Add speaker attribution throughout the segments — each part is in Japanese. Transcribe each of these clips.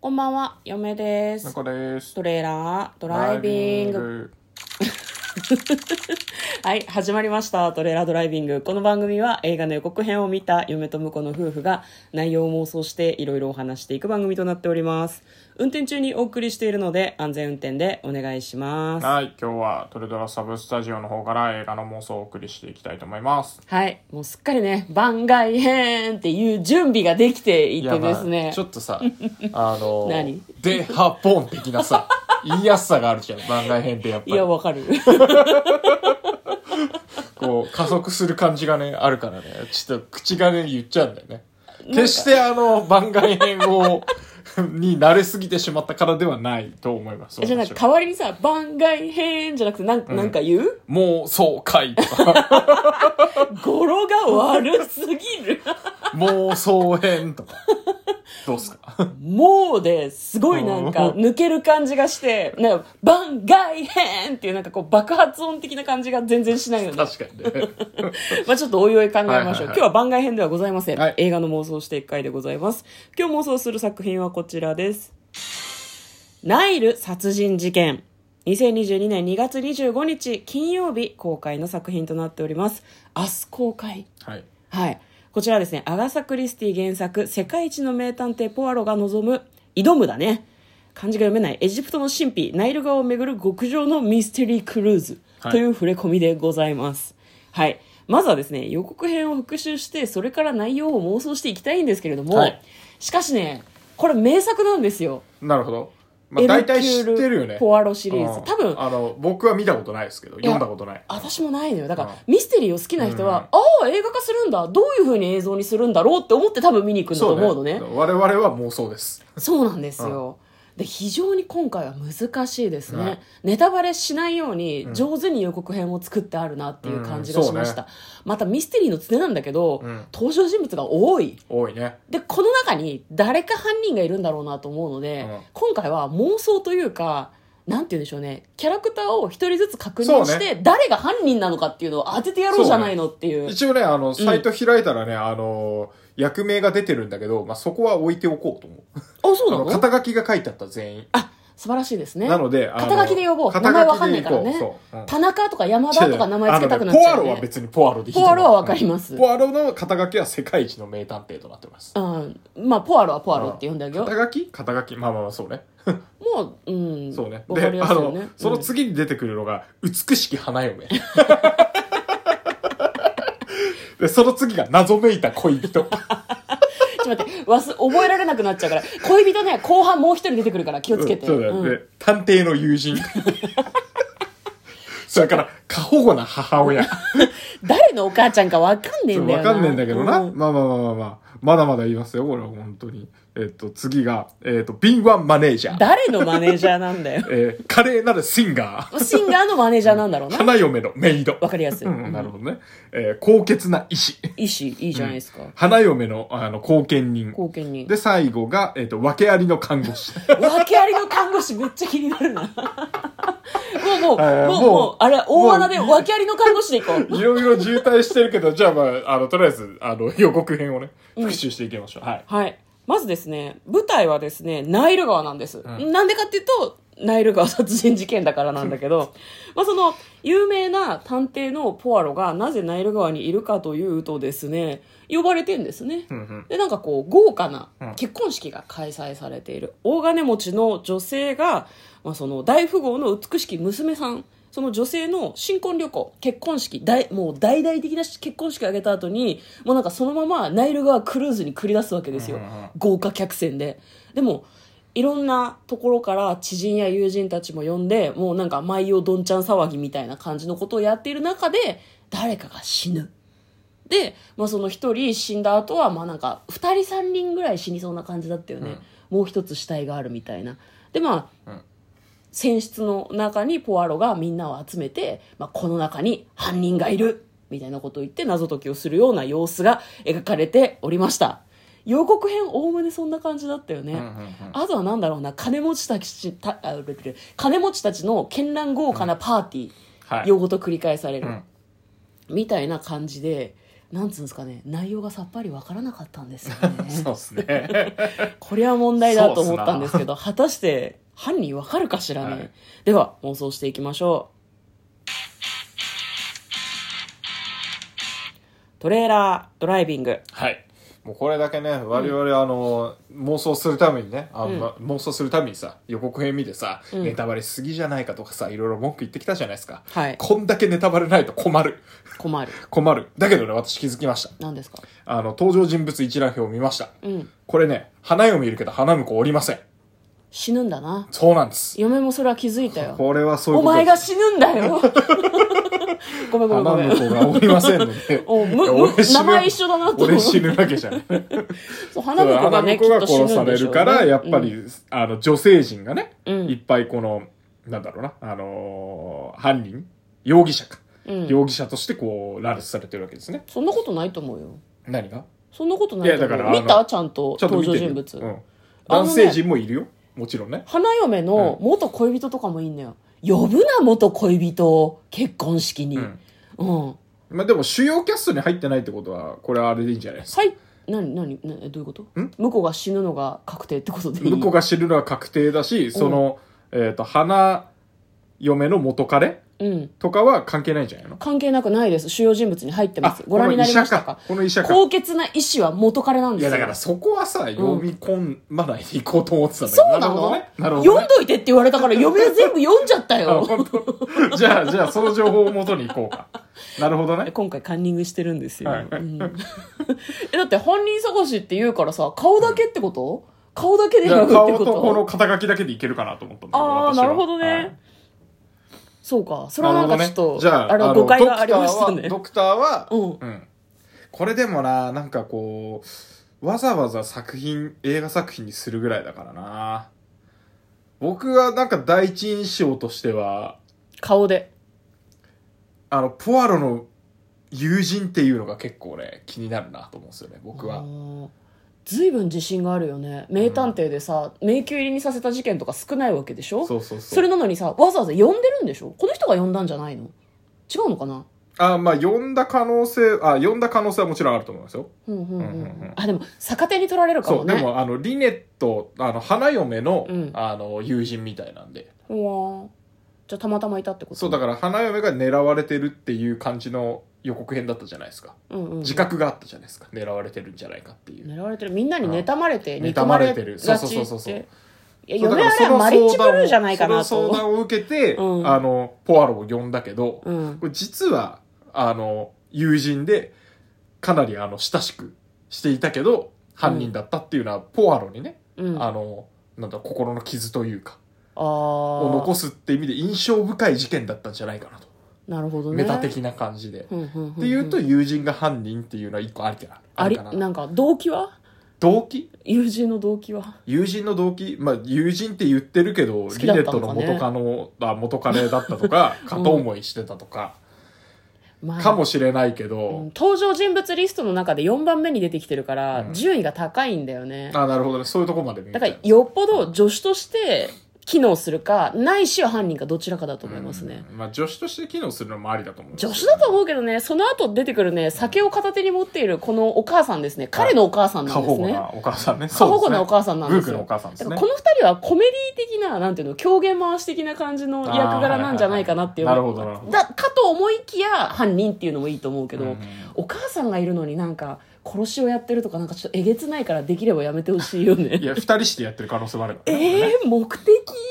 Speaker 1: こんばんは、嫁で
Speaker 2: な
Speaker 1: す
Speaker 2: ん。かです。
Speaker 1: トレーラードライビング。 はい、始まりました。トレーラードライビング。この番組は映画の予告編を見た嫁と婿の夫婦が内容を妄想していろいろお話していく番組となっております。運転中にお送りしているので安全運転でお願いします。
Speaker 2: はい、今日はトレドラサブスタジオの方から映画の妄想をお送りしていきたいと思います。
Speaker 1: はい、もうすっかりね、番外編っていう準備ができてい
Speaker 2: い
Speaker 1: てですね。
Speaker 2: ちょっと さ、あの、
Speaker 1: 何
Speaker 2: で、ハポン的 なさ、言いやすさがあるじゃん、番外編ってやっぱ
Speaker 1: いや、
Speaker 2: り。
Speaker 1: わかる。
Speaker 2: こう、加速する感じがね、あるからね、ちょっと口がね、言っちゃうんだよね。決してあの、番外編を、に慣れすぎてしまったからではないと思います。
Speaker 1: え じゃあなんか
Speaker 2: 私は
Speaker 1: 代わりにさ、番外編じゃなくてなん,、なんか言う
Speaker 2: もう、そうかい とか、
Speaker 1: 語呂が悪すぎる。
Speaker 2: もう、そう編とか。どうっすか
Speaker 1: もうですごいなんか
Speaker 2: うん
Speaker 1: 抜ける感じがして、なんか番外編っていうなんかこう爆発音的な感じが全然しないよね。
Speaker 2: 確かにね。
Speaker 1: まあちょっとおいおい考えましょう。
Speaker 2: はいはいはい
Speaker 1: 今日は番外編ではございません。
Speaker 2: はい
Speaker 1: 映画の妄想していく回でございます。今日妄想する作品はこちらです。ナイル殺人事件。2022年2月25日金曜日公開の作品となっております。明日公開。
Speaker 2: はい。
Speaker 1: はい。こちらはですね、アガサ・クリスティ原作、世界一の名探偵ポアロが望む、挑むだね。漢字が読めないエジプトの神秘、ナイル川を巡る極上のミステリークルーズ
Speaker 2: はい
Speaker 1: という触れ込みでございます。はい。まずはですね、予告編を復習して、それから内容を妄想していきたいんですけれども、
Speaker 2: はい
Speaker 1: しかしね、これ名作なんですよ。
Speaker 2: なるほど。ま
Speaker 1: エ
Speaker 2: あ、
Speaker 1: ル
Speaker 2: 大体知ってるよ
Speaker 1: キュー
Speaker 2: ね。
Speaker 1: ルポアロシリーズ
Speaker 2: うん
Speaker 1: 多分
Speaker 2: あの、僕は見たことないですけど、
Speaker 1: や
Speaker 2: 読んだことない。
Speaker 1: 私もないのよ。だから、
Speaker 2: う
Speaker 1: ミステリーを好きな人は、ああ、映画化するんだ。どういう風に映像にするんだろうって思って多分見に行くんだと思うのね。
Speaker 2: 我々は妄想です。
Speaker 1: そうなんですよ。で非常に今回は難しいですね、
Speaker 2: はい
Speaker 1: ネタバレしないように上手に予告編を作ってあるなっていう感じがしました、
Speaker 2: う
Speaker 1: またミステリーの常なんだけど、
Speaker 2: うん
Speaker 1: 登場人物が多い
Speaker 2: 多いね。
Speaker 1: でこの中に誰か犯人がいるんだろうなと思うので、
Speaker 2: うん
Speaker 1: 今回は妄想というかなんて言うんでしょうねキャラクターを一人ずつ確
Speaker 2: そう
Speaker 1: 認
Speaker 2: ね
Speaker 1: して、誰が犯人なのかっていうのを当ててやろうじゃないのっていう
Speaker 2: 一応ね、あの、サイト開いたらね、あの、役名が出てるんだけど、まあ、そこは置いておこうと思う。
Speaker 1: あそう
Speaker 2: あ
Speaker 1: な
Speaker 2: の、
Speaker 1: の
Speaker 2: 肩書きが書いてあった全員。
Speaker 1: あ素晴らしいですね
Speaker 2: なので、あの
Speaker 1: 肩書きで呼ぼう
Speaker 2: 肩書き
Speaker 1: 名前わかんないからね
Speaker 2: で行こうそううん
Speaker 1: 田中とか山田とか名前つけたくなっち
Speaker 2: あ
Speaker 1: ゃう、
Speaker 2: のねポアロ
Speaker 1: ね
Speaker 2: は別にポアロでいいと
Speaker 1: ポ
Speaker 2: 思
Speaker 1: ア
Speaker 2: う
Speaker 1: ロはわかります
Speaker 2: うんポアロの肩書きは世界一の名探偵となってます。
Speaker 1: うん、まあポアロはポアロって呼んだけど、
Speaker 2: 肩書き肩書きまあまあまあ、そうね。
Speaker 1: もううん
Speaker 2: そうね。
Speaker 1: わかりやすいよね
Speaker 2: あの、その次に出てくるのが、美しき花嫁。 で、その次が、謎めいた恋人。
Speaker 1: うんちょっと待ってわす覚えられなくなっちゃうから恋人ね後半もう一人出てくるから気を つけて、
Speaker 2: そうだよ、
Speaker 1: うん
Speaker 2: で、探偵の友 人。それから、過保護な母親。
Speaker 1: 誰のお母ちゃんかわかんねえんだよ
Speaker 2: わ
Speaker 1: な
Speaker 2: かんねえんだけどな。
Speaker 1: うん
Speaker 2: まあまあまあまあまあ。まだまだ言いますよ、これは本当に。えっと、次が、えっと、敏腕マネージャー。
Speaker 1: 誰のマネージャーなんだよ
Speaker 2: えー華麗なるシンガー。
Speaker 1: シンガーのマネージャーなんだろうな
Speaker 2: 花嫁のメイド。
Speaker 1: わかりやすい、
Speaker 2: うん、なるほどね。えー高潔な医師。
Speaker 1: いいしいいじゃないですか、
Speaker 2: 花嫁の、あの、後見人。
Speaker 1: 貢献に
Speaker 2: で、最後が、えっ、と、訳ありの看護師。
Speaker 1: 訳ありの看護師めっちゃ気になるなもう もう、
Speaker 2: はい
Speaker 1: もう
Speaker 2: もう
Speaker 1: もうあれ大穴で訳ありの看護師でいこう
Speaker 2: いろいろ渋滞してるけど、じゃあまあ、あの、とりあえず、あの、 予告編をね、復習していきましょう。はい。
Speaker 1: はい。まずですね、舞台はですね、ナイル川なんです。なんでかっていうと、ナイル川殺人事件だからなんだけ ど、まあその、有名な探偵のポアロがなぜナイル川にいるかというとですね、呼ばれてんですね。
Speaker 2: うんうん。
Speaker 1: で、なんかこう、豪華な
Speaker 2: うん
Speaker 1: 結婚式が開催されている。大金持ちの女性が、まあその、大富豪の美しき娘さん、その女性の新婚旅行、結婚式、大、もう大々的な結婚式を挙げた後に、もうなんかそのままナイル川クルーズに繰り出すわけですよ。
Speaker 2: うんうんうん
Speaker 1: 豪華客船で。でも、いろんなところから知人や友人たちも呼んで、もうなんか毎夜どんちゃん騒ぎみたいな感じのことをやっている中で、誰かが死ぬ。で、まあ、その一人死んだ後はまあなんか二人三人ぐらい死にそうな感じだったよね、もう一つ死体があるみたいなでまあ、
Speaker 2: うん
Speaker 1: 船室の中にポアロがみんなを集めて、まあ、この中に犯人がいるみたいなことを言って謎解きをするような様子が描かれておりました予告編おおむねそんな感じだったよね、
Speaker 2: うんうんうん
Speaker 1: あとはなんだろうな金持ちたちたあうるうる金持ちたちの絢爛豪華なパーティー、
Speaker 2: はい。
Speaker 1: 用語と繰り返される、
Speaker 2: うん
Speaker 1: みたいな感じでなんつうんですかね内容がさっぱりわからなかったんですよ ね
Speaker 2: そうですね。
Speaker 1: これは問題だと思ったんですけど果たして犯人わかるかしらね、
Speaker 2: はい
Speaker 1: では妄想していきましょうトレーラードライビング
Speaker 2: はい。もうこれだけね、我々あの、妄想するためにね、あま妄想するためにさ、予告編見てさ、
Speaker 1: うん
Speaker 2: ネタバレしすぎじゃないかとかさ、いろいろ文句言ってきたじゃないですか。
Speaker 1: はい
Speaker 2: こんだけネタバレないと困る。
Speaker 1: 困る
Speaker 2: 困る。だけどね、私気づきました。
Speaker 1: 何ですか
Speaker 2: あの、登場人物一覧表を見ました。
Speaker 1: うん
Speaker 2: これね、花嫁いるけど花婿おりません。
Speaker 1: 死ぬんだな
Speaker 2: そうなんです。
Speaker 1: 嫁もそれは気づいたよ
Speaker 2: これはそういう
Speaker 1: お
Speaker 2: こと
Speaker 1: 前
Speaker 2: で
Speaker 1: が
Speaker 2: す。
Speaker 1: 死ぬんだよごめんごめんご
Speaker 2: 花
Speaker 1: めん。
Speaker 2: 婿がおりませんので
Speaker 1: おむ
Speaker 2: いや俺
Speaker 1: む
Speaker 2: 死ぬ
Speaker 1: 名前一緒だなと思
Speaker 2: 俺
Speaker 1: う
Speaker 2: 死ぬわけじゃない。
Speaker 1: そう花婿がねきっ
Speaker 2: 花
Speaker 1: と
Speaker 2: 婿
Speaker 1: 死
Speaker 2: 殺
Speaker 1: ぬ
Speaker 2: さ
Speaker 1: んで
Speaker 2: れ
Speaker 1: しょう、
Speaker 2: る
Speaker 1: ね、
Speaker 2: から、やっぱり、あの、女性陣がね、
Speaker 1: うん
Speaker 2: いっぱいこの、なんだろうな、あのー犯人、容疑者か。
Speaker 1: うん、うん
Speaker 2: 容疑者としてこう、羅列されてるわけですね。
Speaker 1: そんなことないと思うよ
Speaker 2: 何が
Speaker 1: そんなことないと思う
Speaker 2: いやだからあの
Speaker 1: 見たちゃんと
Speaker 2: ちょっと
Speaker 1: 登
Speaker 2: 見て
Speaker 1: 場
Speaker 2: る
Speaker 1: 人物、
Speaker 2: うん。
Speaker 1: あのね
Speaker 2: 男性陣もいるよ。もちろんね。
Speaker 1: 花嫁の元恋人とかもいいんだよ呼ぶな元恋人を結婚式に
Speaker 2: う
Speaker 1: うん
Speaker 2: ん、。
Speaker 1: は
Speaker 2: まあ、でも主要キャストに入ってないってことは、これはあれでいいんじゃないですか。
Speaker 1: い何何何どういうこと
Speaker 2: ん
Speaker 1: 向こうが死ぬのが確定ってことでいい
Speaker 2: 向こうが知るのは確定だし、その、えっ、と、花嫁の元彼
Speaker 1: うん
Speaker 2: とかは関係ないんじゃないの
Speaker 1: 関係なくないです主要人物に入ってます
Speaker 2: あ
Speaker 1: ご覧になりましたか
Speaker 2: この医者か。この医者か。
Speaker 1: 高潔な意志は元彼なん
Speaker 2: い
Speaker 1: です
Speaker 2: や
Speaker 1: よ
Speaker 2: だからそこはさ、読み込まないでいこうと思ってたんだけど。
Speaker 1: そうなの
Speaker 2: なるほどね。なるほど
Speaker 1: 読ん
Speaker 2: ね。
Speaker 1: どいてって言われたから嫁は全部読んじゃった
Speaker 2: あ
Speaker 1: よ
Speaker 2: 本当じゃあ、じゃあその情報を元にいこうか。なるほどね。
Speaker 1: 今回カンニングしてるんですよ、
Speaker 2: はい
Speaker 1: うん えだって犯人探しって言うからさ顔だけってこと、顔だけで
Speaker 2: じ
Speaker 1: 言う
Speaker 2: ゃあ
Speaker 1: って
Speaker 2: 顔
Speaker 1: こと
Speaker 2: とこの肩書きだけでいけるかなと思ったんだけど。
Speaker 1: ああ
Speaker 2: 私は
Speaker 1: なるほどね、
Speaker 2: はい
Speaker 1: そうかそれ
Speaker 2: な
Speaker 1: は
Speaker 2: る
Speaker 1: なん
Speaker 2: ほど
Speaker 1: かち
Speaker 2: ね
Speaker 1: ょっと、
Speaker 2: じゃあ、
Speaker 1: あれは誤解がありましたね
Speaker 2: あのドクターは、ドクターは
Speaker 1: う
Speaker 2: うん。これでもな、なんかこう、わざわざ作品、映画作品にするぐらいだからな。僕はなんか第一印象としては、
Speaker 1: 顔で
Speaker 2: あの、ポアロの友人っていうのが結構ね、気になるなと思うんですよね、僕
Speaker 1: あ
Speaker 2: は。
Speaker 1: ー随分自信があるよね名探偵でさ、迷宮入りにさせた事件とか少ないわけでしょ
Speaker 2: そうそうそう。
Speaker 1: それなのにさわざわざ呼んでるんでしょこの人が呼んだんじゃないの違うのかな
Speaker 2: あ、まあ、呼んだ可能性、あ、呼んだ可能性はもちろんあると思いますよ。
Speaker 1: うんうんうんうん
Speaker 2: うんうんうん
Speaker 1: あでも逆手に取られるか
Speaker 2: そ
Speaker 1: も
Speaker 2: う、
Speaker 1: ね
Speaker 2: でも、あの、リネット、あの、花嫁の、
Speaker 1: うん
Speaker 2: あの、友人みたいなんで。
Speaker 1: うわーじゃあたまたまいたってこと
Speaker 2: そう、だから、花嫁が狙われてるっていう感じの予告編だったじゃないですか。
Speaker 1: うんうんうん
Speaker 2: 自覚があったじゃないですか。狙われてるんじゃないかっていう。
Speaker 1: 狙われてるみんなに妬まれて
Speaker 2: うん
Speaker 1: 憎まれ
Speaker 2: 妬まれてる
Speaker 1: が
Speaker 2: そう
Speaker 1: ち
Speaker 2: そう
Speaker 1: っ
Speaker 2: そうそう
Speaker 1: ていや
Speaker 2: そうだ
Speaker 1: 嫁は
Speaker 2: から
Speaker 1: ね
Speaker 2: その
Speaker 1: マリッチブ
Speaker 2: 相談
Speaker 1: ル
Speaker 2: を
Speaker 1: ーじゃないかな
Speaker 2: その相
Speaker 1: と
Speaker 2: 談を受けて、
Speaker 1: うん
Speaker 2: あの、ポアロを呼んだけど、
Speaker 1: うん
Speaker 2: これ実は、あの、友人で、かなりあの、親しくしていたけど、犯人だったっていうのは、ポアロにね、
Speaker 1: うん
Speaker 2: あ
Speaker 1: あ
Speaker 2: の、なんだ、心の傷というか、を残
Speaker 1: ー
Speaker 2: すって意味で印象深い事件だったんじゃないかなと。
Speaker 1: なるほどね
Speaker 2: メタ的な感じで。
Speaker 1: ふんふんふんふん
Speaker 2: っていうと、友人が犯人っていうのは一個ありかな。
Speaker 1: あ
Speaker 2: る
Speaker 1: り
Speaker 2: か
Speaker 1: な
Speaker 2: な。
Speaker 1: んか動機は
Speaker 2: 動機
Speaker 1: 友人の動機は
Speaker 2: 友人の動機まあ、友人って言ってるけど、
Speaker 1: き
Speaker 2: リ
Speaker 1: だ
Speaker 2: ネ
Speaker 1: っ
Speaker 2: ッ
Speaker 1: た
Speaker 2: ト
Speaker 1: のか
Speaker 2: の
Speaker 1: ね
Speaker 2: 元カノ、あ元カレだった とか、片思いしてたとか、
Speaker 1: まあ
Speaker 2: かもしれないけ
Speaker 1: うん
Speaker 2: ど、
Speaker 1: 登場人物リストの中で4番目に出てきてるから、
Speaker 2: うん
Speaker 1: 順位が高いんだよね
Speaker 2: あ、なるほどね。そういうとこまで見
Speaker 1: だか
Speaker 2: たい
Speaker 1: らよっぽど助手として機能するかないしは犯人かどちらかだと思いますね、
Speaker 2: うんまあ、助手として機能するのもありだと思う。
Speaker 1: 助手だと思うけどねその後出てくるね酒を片手に持っているこのお母さんですね彼のお母さんな
Speaker 2: 過
Speaker 1: んで
Speaker 2: 保
Speaker 1: す
Speaker 2: 護
Speaker 1: ね
Speaker 2: なお母さんね。
Speaker 1: 過保護なお母さんなんですよ
Speaker 2: ブークのお母さんで
Speaker 1: だ
Speaker 2: す
Speaker 1: か
Speaker 2: ね。
Speaker 1: らこの二人はコメディ的ななんていうの狂言回し的な感じの役柄なんじゃないかなっていう
Speaker 2: あーはいはいはいなるほどな
Speaker 1: だかと思いきや犯人っていうのもいいと思うけど、
Speaker 2: うんうん
Speaker 1: お母さんがいるのになんか殺しをやってるとかなんかちょっとえげつないからできればやめてほしいよね
Speaker 2: いや、二人してやってる可能性もあるからね。
Speaker 1: えー、目的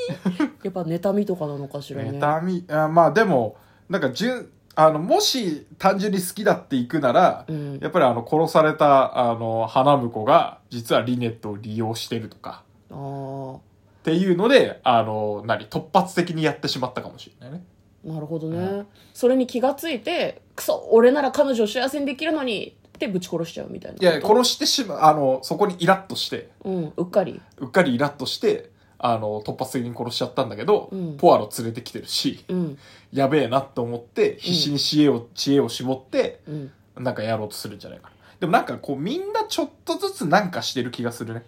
Speaker 1: やっぱ妬みとかなのかしらね
Speaker 2: 妬み、あまあでも、なんか、純、あの、もし単純に好きだっていくなら、
Speaker 1: うん
Speaker 2: やっぱりあの、殺された、あの、花婿が、実はリネットを利用してるとか、
Speaker 1: あー
Speaker 2: っていうので、あの、何、突発的にやってしまったかもしれないね。
Speaker 1: なるほどね、
Speaker 2: う
Speaker 1: それに気がついてクソ俺なら彼女を幸せにできるのにってぶち殺しちゃうみたいない
Speaker 2: いや、殺してしま、あの、そこにイラッとして、
Speaker 1: うんうっかり
Speaker 2: うっかりイラッとして、あの、突発的に殺しちゃったんだけど、
Speaker 1: うん
Speaker 2: ポアロ連れてきてるし、
Speaker 1: うん
Speaker 2: やべえなと思って、必死に知恵を、知恵を絞って、
Speaker 1: うん
Speaker 2: なんかやろうとするんじゃないかな。でもなんかこう、みんなちょっとずつなんかしてる気がするね。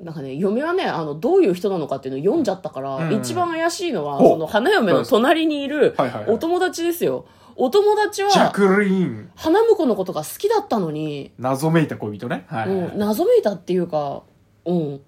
Speaker 1: なんかね、嫁はね、あの、どういう人なのかっていうのを読んじゃったから、
Speaker 2: うん
Speaker 1: 一番怪しいのは、
Speaker 2: ほう
Speaker 1: その花嫁の隣にいる
Speaker 2: はいはいはい
Speaker 1: お友達ですよ。お友達
Speaker 2: ジャ
Speaker 1: は、
Speaker 2: クリーン
Speaker 1: 花婿のことが好きだったのに、
Speaker 2: 謎めいた恋人ねはい、
Speaker 1: うん、謎めいたっていうか、うん。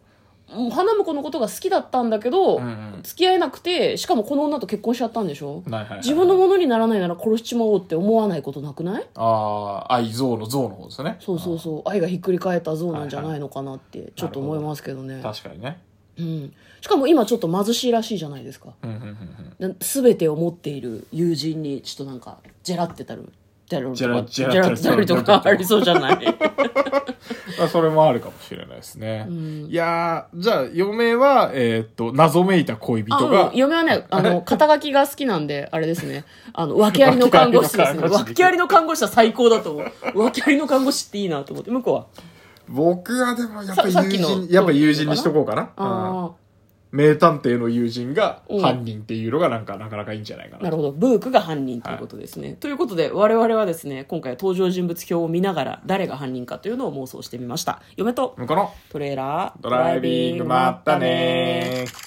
Speaker 1: もう花婿のことが好きだったんだけど、
Speaker 2: うんうん
Speaker 1: 付き合えなくて、しかもこの女と結婚しちゃったんでしょ
Speaker 2: はいはいはい
Speaker 1: 自分のものにならないなら殺しちまおうって思わないことなくない
Speaker 2: ああ愛憎の憎の方ですね
Speaker 1: そうそうそう愛がひっくり返った像なんじゃないのかなってちょっと思いますけどね、
Speaker 2: 確かにね
Speaker 1: うん、しかも今ちょっと貧しいらしいじゃないですか
Speaker 2: うんうんうんうん
Speaker 1: な全てを持っている友人にちょっとなんかジェラってたるジェラ
Speaker 2: ジェラ
Speaker 1: ジ
Speaker 2: ジ
Speaker 1: ェ
Speaker 2: ェ
Speaker 1: ラ
Speaker 2: ラ
Speaker 1: ジェラとかありそうじゃない
Speaker 2: まあそれもあるかもしれないですね、
Speaker 1: ん
Speaker 2: いやーじゃあ嫁はえーっと謎めいた恋人
Speaker 1: あ
Speaker 2: が
Speaker 1: の嫁はねあの肩書きが好きなんであれですねあの訳ありの看護師です ね
Speaker 2: 訳あ
Speaker 1: 訳あり
Speaker 2: りの看護師
Speaker 1: の看護師は最高だと思う訳ありの看護師っていいなと思って向こうは
Speaker 2: 僕はでもやっぱ
Speaker 1: さ
Speaker 2: 友
Speaker 1: さっきの
Speaker 2: 人やっぱ友人にしとこうかなうん
Speaker 1: あ
Speaker 2: 名探偵の友人が
Speaker 1: うん
Speaker 2: 犯人っていうのがなんかなかなかいいんじゃないか
Speaker 1: あな
Speaker 2: な。
Speaker 1: るほどブークが犯人ということですね、ということで我々はですね今回登場人物表を見ながら誰が犯人かというのを妄想してみました嫁と
Speaker 2: 向こうの
Speaker 1: トレーラー
Speaker 2: ドライビングまったねー。